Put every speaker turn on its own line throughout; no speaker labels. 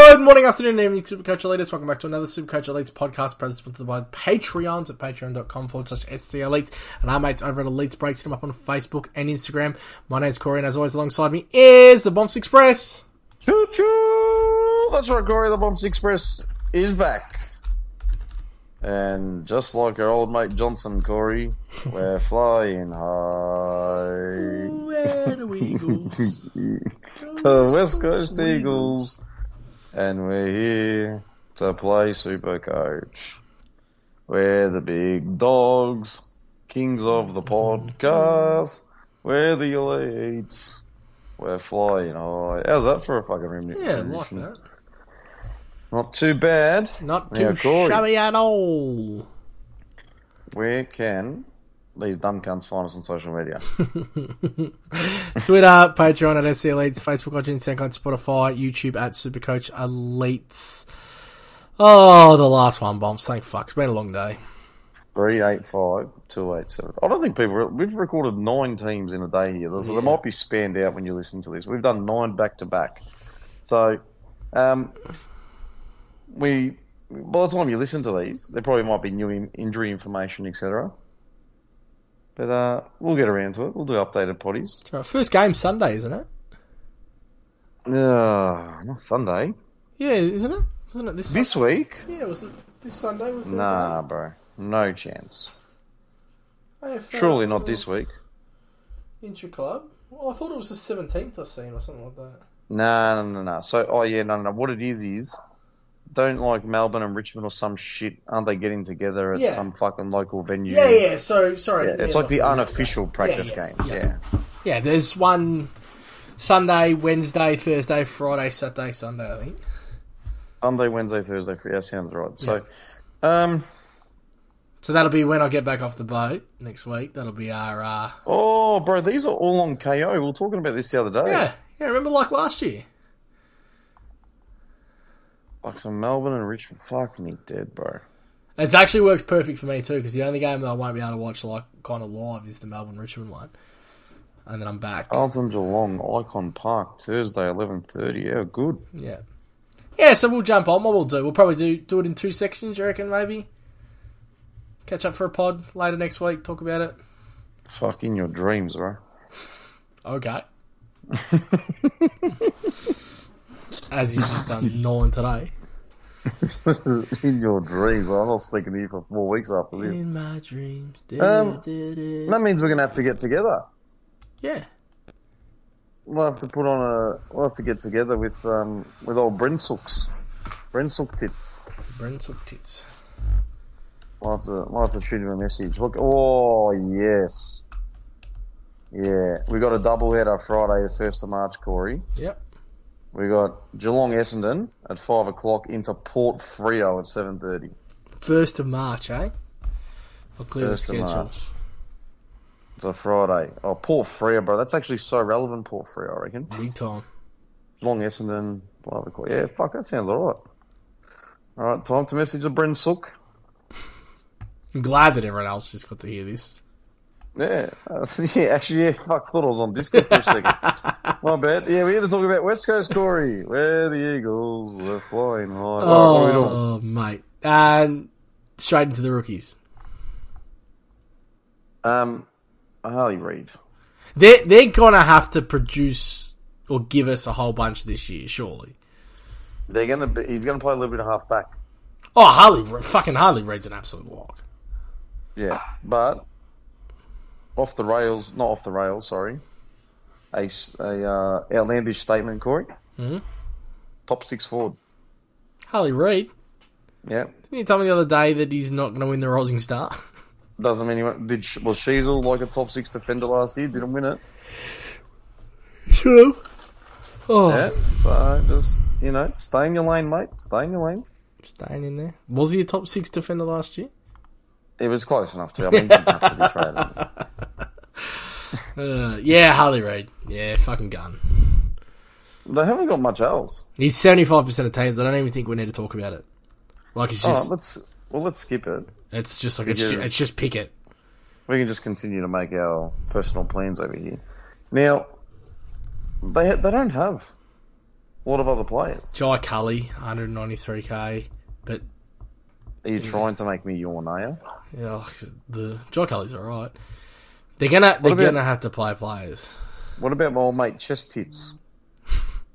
afternoon and evening, Supercoach Welcome back to another Supercoach Elites podcast, presented by Patreons at patreon.com forward slash SC Elites. And our mates over at Elites Breaks him up on Facebook and Instagram. My name's Corey, and as always, alongside me is the Bombs Express.
Choo choo! That's right, Corey. The Bumps Express is back. And just like our old mate Johnson, Corey, we're flying high.
Where do we go?
The West Coast Eagles. And we're here to play Super Coach. We're the big dogs, kings of the podcast. We're the elites. We're flying high. How's that for a fucking remnant?
Yeah, like that.
Not too bad.
Not too
Yeah, Corey.
shabby at all.
Where can these dumb cunts find us on social media?
Twitter, Patreon at SC Elites, Facebook, iTunes, SoundCloud, Spotify, YouTube at Supercoach Elites. Oh, the last one, Bombs. Thank fuck. It's been a long day.
385 287. I don't think people. Re- we've recorded nine teams in a day here. So There might be spanned out when you listen to this. We've done nine back to back. So, um, we. By the time you listen to these, there probably might be new in- injury information, etc. But uh, we'll get around to it. We'll do updated potties.
Right, First game Sunday, isn't it?
Uh, not Sunday.
Yeah, isn't it? Wasn't it this?
This week?
yeah, was it this Sunday? Was it?
Nah, bro. No chance.
AFL,
Surely not this week.
Intra club. Well, I thought it was the seventeenth I seen or something like that.
No, no, no, no. So, oh yeah, no, no. What it is is, don't like Melbourne and Richmond or some shit. Aren't they getting together at
Yeah.
some fucking local venue?
Yeah, yeah. So sorry.
Yeah, it's
yeah,
like the
not-
unofficial practice
yeah,
game.
yeah.
Yeah.
Yeah, there's one Sunday, Wednesday, Thursday, Friday, Saturday, Sunday. I think.
Sunday, Wednesday, Thursday. Yeah, sounds right. So, um,
So that'll be when I get back off the boat next week. That'll be our. Uh,
oh, bro, these are all on KO. We were talking about this the other day.
yeah, yeah. Remember like last year.
Like some Melbourne and Richmond. Fuck me dead, bro.
It actually works perfect for me too because the only game that I won't be able to watch like kind of live is the Melbourne Richmond one, and then I'm back.
Carlton Geelong, Icon Park, Thursday, eleven thirty. Yeah, good.
Yeah. Yeah, so we'll jump on. What we'll do, we'll probably do do it in two sections. You reckon? Maybe catch up for a pod later next week. Talk about it.
Fuck in your dreams, bro.
Okay. As he's just done gnawing today.
in your dreams. I'm not speaking to you for four weeks after this.
In my dreams.
Um,
da-da-da-da.
That means we're gonna have to get together.
Yeah.
We'll have to put on a. We'll have to get together with um with old Brinsooks, Brinsook tits.
Brent took tits.
We'll have to. We'll have to shoot him a message. Look, oh yes, yeah. We got a double header Friday, the first of March, Corey.
Yep.
We got Geelong Essendon at five o'clock into Port Frio at seven thirty.
First of March, eh? I'll clear
First
the
of
schedule.
March. It's a Friday. Oh, Port Frio, bro. That's actually so relevant, Port Frio. I reckon.
Big time.
Long Essendon, five o'clock. Yeah, fuck, that sounds alright. Alright, time to message the Bryn Sook.
I'm glad that everyone else just got to hear this.
Yeah. Uh, yeah, actually, yeah, fuck, thought I was on Discord for a second. My bad. Yeah, we're here to talk about West Coast, Corey. We're the Eagles. We're flying high. Alright, what are we doing?
Oh, mate. And straight into the rookies.
Um, Harley Reid.
They're, they're going to have to produce or give us a whole bunch this year, surely.
They're gonna be, he's gonna play a little bit of half back.
Oh, Harley, fucking Harley Reid's an absolute lock.
Yeah, but off the rails, not off the rails, sorry. A, s- a, uh, outlandish statement, Corey.
Mhm.
Top six forward.
Harley Reid?
Yeah.
Didn't you tell me the other day that he's not going to win the Rising Star?
Doesn't mean he went, did. Sh- Was Sheasel like a top six defender last year? Didn't win it.
True. Oh,
Yeah. So just you know, stay in your lane, mate. Stay in your lane.
staying in there. Was he a top six defender last year?
It was close enough to. I mean, he didn't have to be traded.
Uh, yeah, Harley Reid. Yeah, fucking gun.
They haven't got much else.
He's 75% of teams. I don't even think we need to talk about it. Like, it's
All
just,
right, let's. Well, let's skip it.
it's just like, it's,
Because-
ju- it's just Pickett.
We can just continue to make our personal plans over here. Now, they they don't have lot of other players.
Jai Cully, 193k, but
Are
Mm-hmm.
you trying to make me yawn, are you?
you know, the Jai Cully's all right. They're gonna they're
about-
gonna have to play players.
What about my old mate Chess Tits?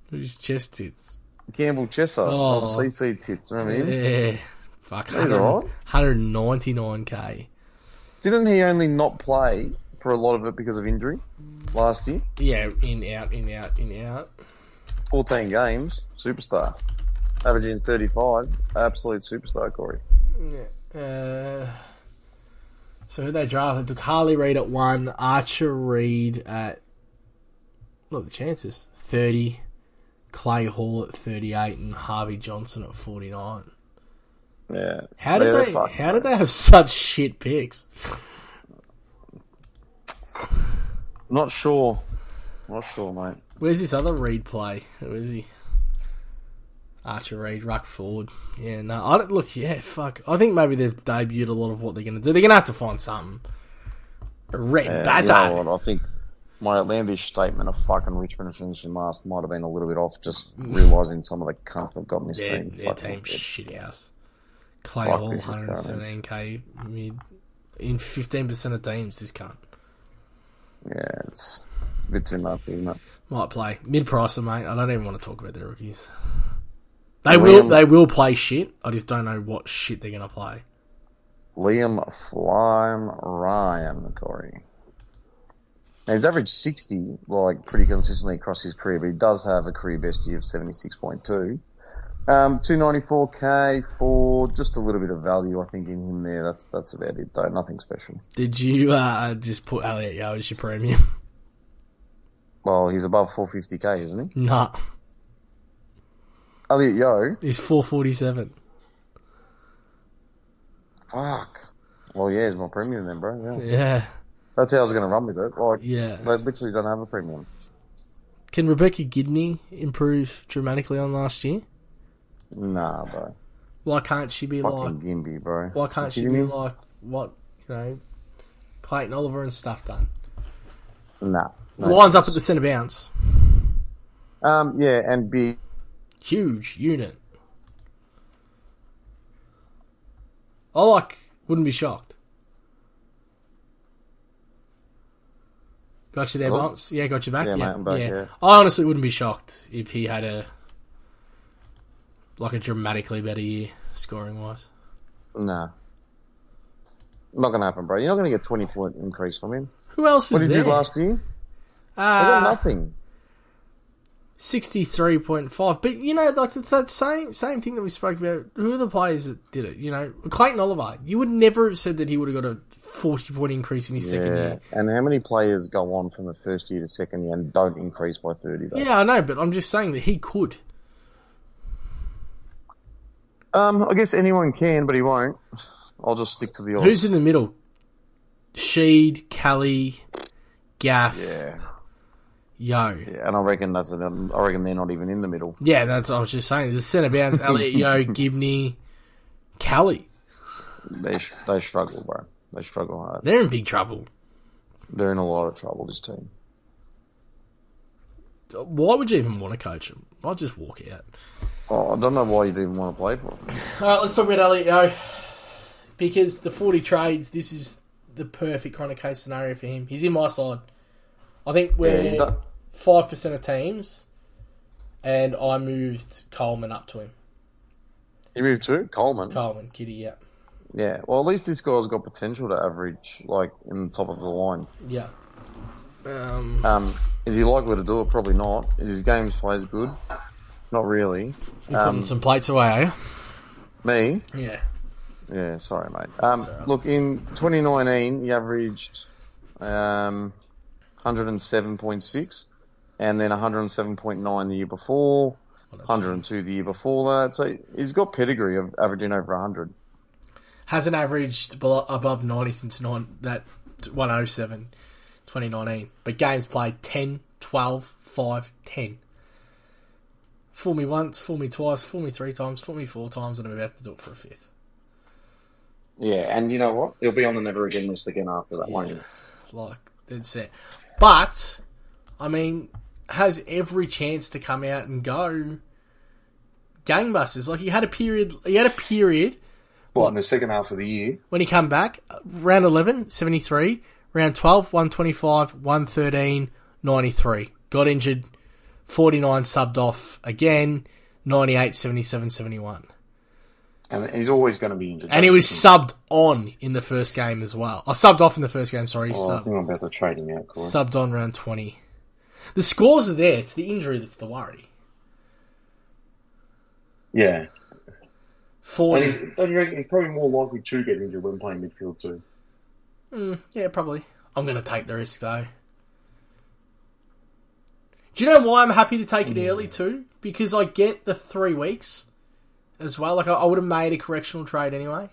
Who's chest tits?
Campbell Chesser
Oh.
of CC Tits, remember him?
Yeah, fuck.
He's all right.
199k.
Didn't he only not play for a lot of it because of injury last year?
Yeah, in out, in out, in out.
14 games, superstar. Averaging 35, absolute superstar, Corey.
Uh, so who they drafted? Took Harley Reid at one, Archer Reid at look the chances thirty, Clay Hall at thirty eight, and Harvey Johnson at forty nine.
Yeah.
How did
Yeah,
they?
fuck,
How
mate.
did they have such shit picks?
Not sure. Not sure, mate.
Where's this other Reid play? Who is he? Archer Reid, ruck forward. Yeah, no, I don't look. Yeah, fuck. I think maybe they've debuted a lot of what they're going to do. They're going to have to find something. A Red
Yeah,
Bazard.
you know what, I think my outlandish statement of fucking Richmond finishing last might have been a little bit off, just realising some of the cunt they've got in this
Their,
team.
their
Fucking
team
shit.
shit house. Clay
Fuck,
Hall,
this is garbage.
117k mid. In 15% of teams, this can't.
Yeah, it's, it's a bit too much, isn't it?
Might play. Mid pricer, mate. I don't even want to talk about the rookies. They will
Liam-
they will play shit. I just don't know what shit they're gonna play.
Liam Flyme Ryan, Corey. Now, he's averaged 60, like, pretty consistently across his career, but he does have a career best year of 76.2. Um, 294k for just a little bit of value, I think, in him there. That's that's about it, though. Nothing special.
Did you uh, just put Elliot Yo as your premium?
Well, he's above 450k, isn't he?
nah.
Elliot Yo.
He's four forty seven.
Fuck. Well, yeah, he's my premium then, bro. Yeah.
Yeah.
That's how I was going to run with it. Like,
Yeah.
they literally don't have a premium.
Can Rebecca Gidney improve dramatically on last year?
Nah, bro.
Why can't she be like
Fucking Gimby, bro.
why can't she
Kidding
be
me?
like what, you know, Clayton Oliver and stuff done?
Nah. No.
Lines up at the centre bounce.
Um, yeah, and be
Huge unit. I like wouldn't be shocked. Got you there,
Hello?
Bumps. Yeah, got you back.
Oh. Yeah,
Yeah,
mate, I'm back, yeah.
I honestly wouldn't be shocked if he had a like a dramatically better year scoring wise.
nah. Not gonna happen, bro. You're not gonna get twenty point increase from him.
Who else
What
is
did
there?
you do last year? I got
uh,
nothing.
sixty-three point five. But you know, like it's that same same thing that we spoke about. Who are the players that did it? You know, Clayton Oliver. You would never have said that he would have got a forty-point increase in his second
Yeah.
year.
And how many players go on from the first year to second year and don't increase by thirty though?
Yeah, I know, but I'm just saying that he could.
Um, I guess anyone can, but he won't. I'll just stick to the odds.
Who's in the middle? Sheed, Kelly, Gaff,
yeah.
Yo. Yeah.
yeah, and I reckon that's an, I reckon they're not even in the middle.
that's what I was just saying. There's a centre bounce, Elliot, Yo, Gibney, Kelly.
They sh- they struggle, bro. They struggle hard.
They're in big trouble.
They're in a lot of trouble. This team.
Why would you even want to coach them? I'll just walk out.
Oh, I don't know why you'd even want to play for them.
All right, let's talk about Elliot Yo. Because the 40 trades, this is the perfect kind of case scenario for him. He's in my side. I think
Yeah,
we're
he's done.
5% of teams, and I moved Coleman up to him.
You moved to Coleman.
Coleman, Kitty, yeah.
Yeah, well, at least this guy's got potential to average like in the top of the line.
Yeah. Um,
Um, is he likely to do it? Probably not. Is his games plays good? Not really. um,
putting some plates away, are
Me?
you? Yeah.
Yeah, sorry, mate. Um, look, in 2019, he averaged um, 107.6, and then 107.9 the year before, 102 the year before that. So he's got pedigree of averaging over 100.
Hasn't averaged below, above 90 since nine, that 107, 2019. But games played 10, 12, 5, 10. Fool me once, fool me twice, fool me three times, fool me four times, and I'm about to do it for a fifth.
Yeah, and you know what? He'll be on the never again list again after that, won't he?
Like, that's it. But, I mean, has every chance to come out and go gangbusters. Like he had a period. He had a period
Well, in the second half of the year,
when he come back. uh, Round 11, 73. Round 12, 125, 113, 93. Got injured. 49 subbed off again. 98, 77, 71.
and he's always going to be injured.
And he was subbed
That's
on in the first game as well. I subbed off in the first game, sorry.
the thing. Oh, I
subbed,
think I'm about to trade him out, Corey.
subbed on round 20. The scores are there. It's the injury that's the worry.
yeah. And
40.
he's, don't you reckon he's probably more likely to get injured when playing midfield too.
Yeah, probably. I'm going to take the risk, though. Do you know why I'm happy to take it early, too? Because I get the three weeks as well. Like, I, I would have made a correctional trade anyway.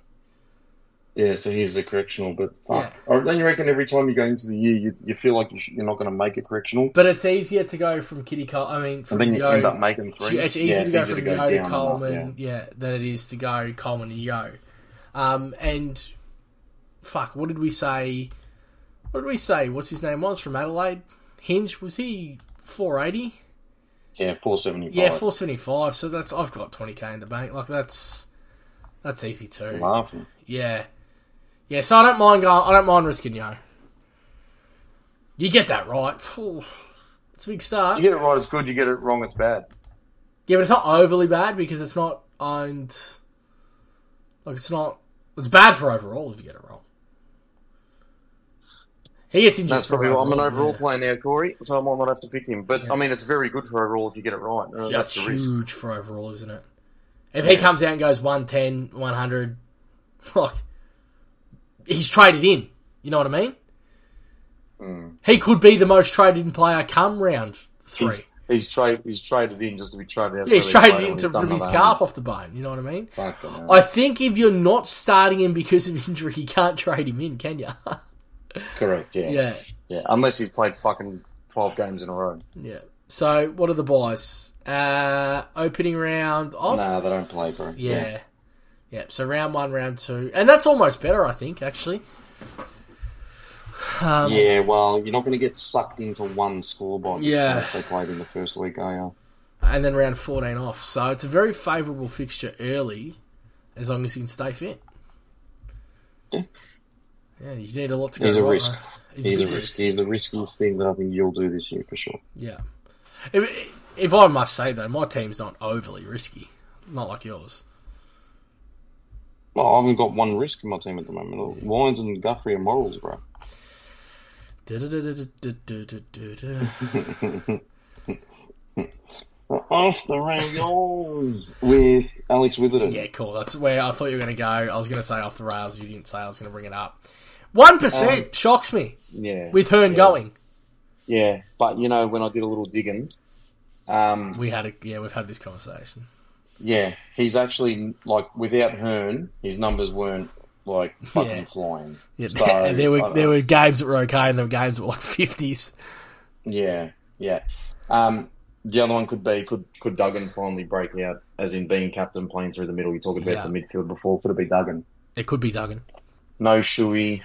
Yeah, so here's the correctional, but fuck. Or Don't you reckon every time you go into the year, you, you feel like you sh- you're not going to make a correctional?
But it's easier to go from Kitty Cole. I mean, from
And then you
Yo-
end up making three.
It's easy
Yeah,
to
it's
go
easier
from
to go
Yo
down
to
and
Coleman,
up,
yeah. than it is to go Coleman to Yo. Um, and fuck, what did we say? What did we say? What's his name was from Adelaide? Hinge was he four eighty?
yeah, four seventy five.
Yeah, four seventy five. So that's I've got twenty k in the bank. Like that's that's easy too.
laughing.
Yeah, yeah. So I don't mind going. I don't mind risking Yo. You get that right. Phew. It's a big start.
You get it right, it's good. You get it wrong, it's bad.
Yeah, but it's not overly bad because it's not owned. Like it's not. It's bad for overall if you get it wrong. He gets injured.
That's
for
probably why I'm an overall
yeah.
player now, Corey, so I might not have to pick him. But I mean, it's very good for overall if you get it right.
Oh,
Uh,
Yeah,
that's
That's
the risk.
huge for overall, isn't it? If he comes out and goes 110, 100, like he's traded in. You know what I mean? He could be the most traded in player come round three.
He's, he's, trade, he's traded in just to be traded out.
yeah, he's
for the
traded
player
in to
when done
rip his
nothing.
calf off the bone. You know what I mean?
Fucking hell.
I think if you're not starting him because of injury, you can't trade him in, can you?
Correct, yeah.
yeah,
Yeah, unless he's played fucking 12 games in a row.
yeah. So what are the buys? Uh, opening round off.
Nah, they don't play, bro.
Yeah. yeah, So round one, round two, and that's almost better, I think. Actually,
Yeah, Yeah, well, you're not going to get sucked into one score by this
Yeah.
if they played in the first week, are you?
and then round fourteen off. So it's a very favourable fixture early, as long as you can stay fit.
Yeah.
Yeah, you need a lot to go.
He's a
right,
risk.
mate. It's
He's a
big
risk. He's the riskiest thing that I think you'll do this year for sure.
Yeah. If, if I must say though, my team's not overly risky. Not like yours.
Well, I haven't got one risk in my team at the moment. Wines and Guthrie and Morals, bro.
Du-du-du-du-du-du-du-du-du.
Off the rails with Alex Witherden.
Yeah, cool. That's where I thought you were going to go. I was going to say off the rails. You didn't say I was going to bring it up. One percent shocks me
yeah.
with Hearn
Um, yeah.
going.
Yeah, but you know, when I did a little digging, um,
We had a yeah. We've had this conversation.
yeah, he's actually like without Hearn, his numbers weren't like fucking
Yeah.
flying.
Yeah,
So,
there
I
were
don't
there
know.
were games that were okay, and there were games that were like fifties.
Yeah, yeah. Um, the other one could be could could Duggan finally break out, as in being captain playing through the middle. You talked about
Yeah.
the midfield before. Could it be Duggan?
It could be Duggan.
No Shuey.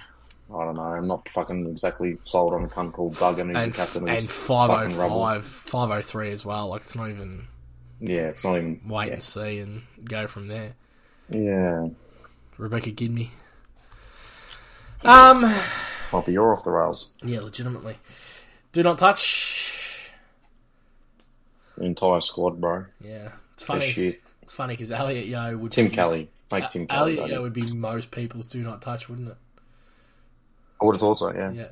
I don't know. I'm not fucking exactly sold on a cunt called Duggan who's
And,
the captain of this
and
fucking rubble.
505, 503 as well. Like, it's not even
Yeah, it's not even.
wait
Yeah.
and see and go from there.
yeah.
Rebecca Gidney. Um,
Poppy, you're off the rails.
yeah, legitimately. Do not touch.
The entire squad, bro.
Yeah, it's
They're
funny.
shit.
It's funny because Elliot Yo would
Tim
be,
Kelly.
Uh,
Make Tim Kelly.
Elliot Yo
buddy.
would be most people's do not touch, wouldn't it?
I would have thought so, yeah.
Yeah.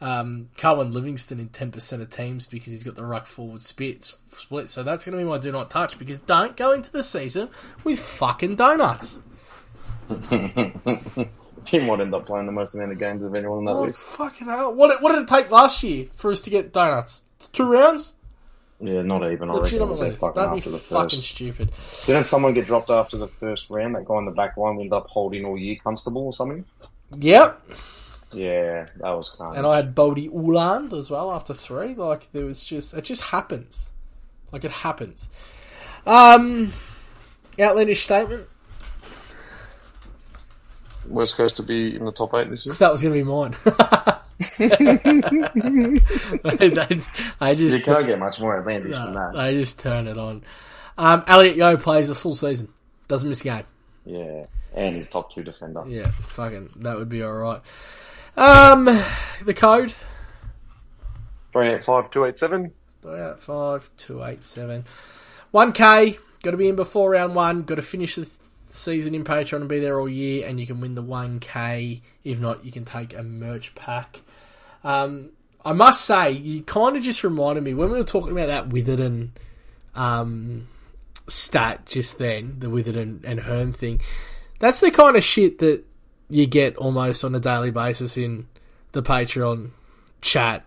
Um, Cohen Livingston in ten percent of teams because he's got the ruck forward split. Split, so that's going to be my do not touch because don't go into the season with fucking donuts.
He might end up playing the most amount of games of anyone on that
Oh,
list.
fucking hell! What did, what did it take last year for us to get donuts? Two rounds?
Yeah, not even. I reckon it was
Legitimately,
that fucking
that'd be
after the
fucking
first.
stupid.
Didn't someone get dropped after the first round? That guy on the back line ended up holding all year, Constable or something.
Yep,
Yeah, that was kind.
And I had Bodie Uland as well after three. Like there was just it just happens. Like it happens. Um outlandish statement.
West Coast to be in the top eight this year.
That was gonna be mine. I just
you can't get much more outlandish than
I,
that.
just turn it on. Um, Elliot Yo plays a full season. Doesn't miss a game.
Yeah, and he's top two defender.
Yeah, fucking, that would be alright. Um, the code?
Three eight
55287.
Three out of five, two eight seven. One K, got to be in before round one. Got to finish the th- season in Patreon and be there all year, and you can win the one K. If not, you can take a merch pack. Um, I must say, you kind of just reminded me when we were talking about that Witherden um, stat just then, the Witherden and Hearn thing. That's the kind of shit that you get almost on a daily basis in the Patreon chat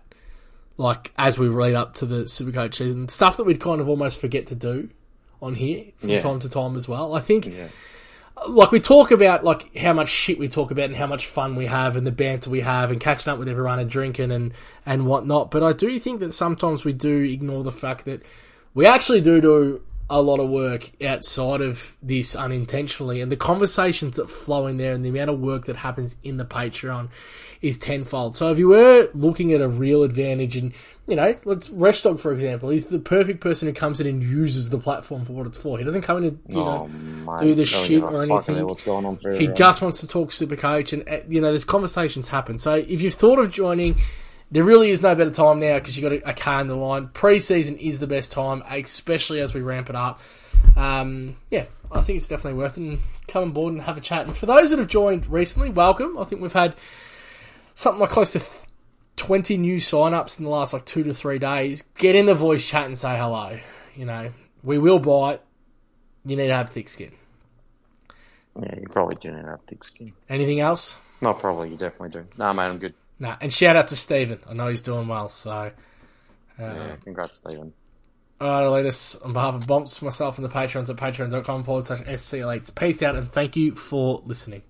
like as we lead up to the Supercoach season, stuff that we'd kind of almost forget to do on here from
Yeah.
time to time as well. I think,
Yeah.
like we talk about like how much shit we talk about and how much fun we have and the banter we have and catching up with everyone and drinking and and whatnot. But I do think that sometimes we do ignore the fact that we actually do do a lot of work outside of this unintentionally and the conversations that flow in there and the amount of work that happens in the patreon is tenfold so if you were looking at a real advantage and you know let's resh dog for example he's the perfect person who comes in and uses the platform for what it's for he doesn't come in and you know
oh, mate,
do the
I don't
shit
give a
or
fucking
anything.
hell What's going on for
he
everyone.
just wants to talk super coach and uh, you know there's conversations happen so if you've thought of joining there really is no better time now because you've got a, a car in the line pre-season is the best time especially as we ramp it up um, yeah i think it's definitely worth it and come on board and have a chat and for those that have joined recently welcome i think we've had something like close to th- 20 new sign-ups in the last like two to three days get in the voice chat and say hello you know we will bite you need to have thick skin
Yeah, you probably do need to have thick skin.
anything else
No, probably you definitely do. Nah, mate, I'm good.
Nah, and shout out to Steven. I know he's doing well, so. Uh,
Yeah, congrats, Stephen.
Alright, Elitis, on behalf of Bumps, myself, and the patrons at patreon.com forward slash SC Elites, peace out and thank you for listening.